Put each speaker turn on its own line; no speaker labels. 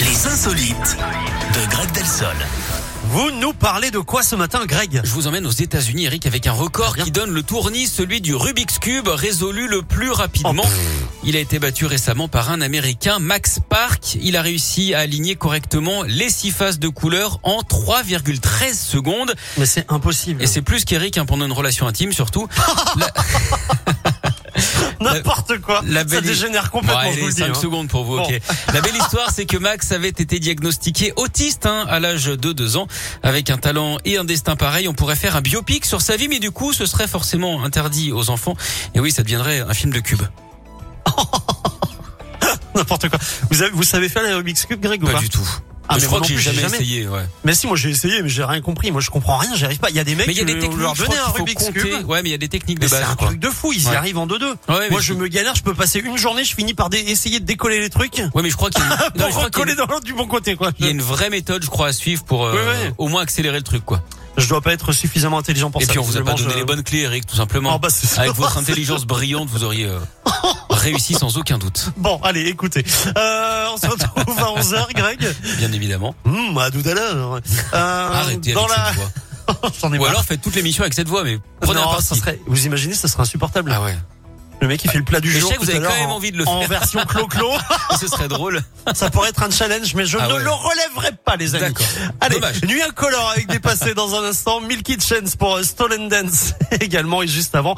Les insolites de Greg Delsol.
Vous nous parlez de quoi ce matin, Greg
Je vous emmène aux États-Unis, Eric, avec un record
Bien.
qui donne le tournis, celui du Rubik's Cube, résolu le plus rapidement. Il a été battu récemment par un Américain, Max Park. Il a réussi à aligner correctement les six faces de couleur en 3,13 secondes.
Mais c'est impossible.
Et c'est plus qu'Eric hein, pendant une relation intime, surtout.
N'importe quoi.
la
Ça
belle-
dégénère complètement,
Bon,
je vous
allez,
le dis.
cinq
hein.
secondes pour vous,
Bon.
ok. La belle histoire, c'est que Max avait été diagnostiqué autiste hein, à l'âge de 2 ans. Avec un talent et un destin pareil, on pourrait faire un biopic sur sa vie, mais du coup, ce serait forcément interdit aux enfants. Et oui, ça deviendrait un film de cube.
N'importe quoi. Vous, avez- vous savez faire la Rubik's Cube, Greg, ou
Pas,
pas
du tout.
Ah,
Mais
mais
je crois
moi
que
non
j'ai
plus,
jamais,
j'ai jamais.
essayé. ouais.
Mais si, moi j'ai essayé, mais j'ai rien compris. Moi je comprends rien, j'y arrive pas. Il y a des mecs
Mais il y a
qui
des techniques.
leur
je
donner un
crois qu'il faut
Rubik's
compter.
Cube.
Ouais, mais il y a des techniques de
Mais c'est
base.
un
quoi.
truc de fou, ils y
Ouais.
arrivent en deux-deux.
Ouais, mais
Moi je
c'est-
me galère, je peux passer une journée, je finis par dé- essayer de décoller les trucs
Ouais, mais je crois qu'il y a une- non,
pour
je crois qu'il y a
recoller
une-
dans l'autre du bon côté, quoi.
il y a une vraie méthode, je crois, à suivre pour euh,
Ouais, ouais.
au moins accélérer le truc, quoi.
Je dois pas être suffisamment intelligent pour
Et
ça.
puis on vous a pas
visiblement,
donné
je-
les bonnes clés, Eric, tout simplement.
Ah, bah, c'est ça.
Avec votre intelligence brillante, vous auriez euh, réussi sans aucun doute,
Bon, allez, écoutez. Euh, on se retrouve à 11h, Greg.
bien évidemment.
Hum, à tout à l'heure. Euh,
Arrêtez
dans
avec
la...
cette voix.
J'en ai
Ou
marre.
alors faites toute l'émission avec cette voix, mais prenez un
Non,
parti.
ça serait... Vous imaginez, ça serait insupportable.
Ah ouais.
Le mec, il fait le plat du
Mais je
jour.
sais que vous
tout
avez
à
quand
l'heure
même
en-
envie de le
En
faire.
version clo-clo,
Ce serait drôle.
ça pourrait être un challenge, mais je
Ah
ne
ouais.
le relèverai pas, les amis.
D'accord.
Allez,
Dommage.
nuit incolore avec des passés dans un instant. Milky Chance pour euh, Stolen Dance également, et juste avant,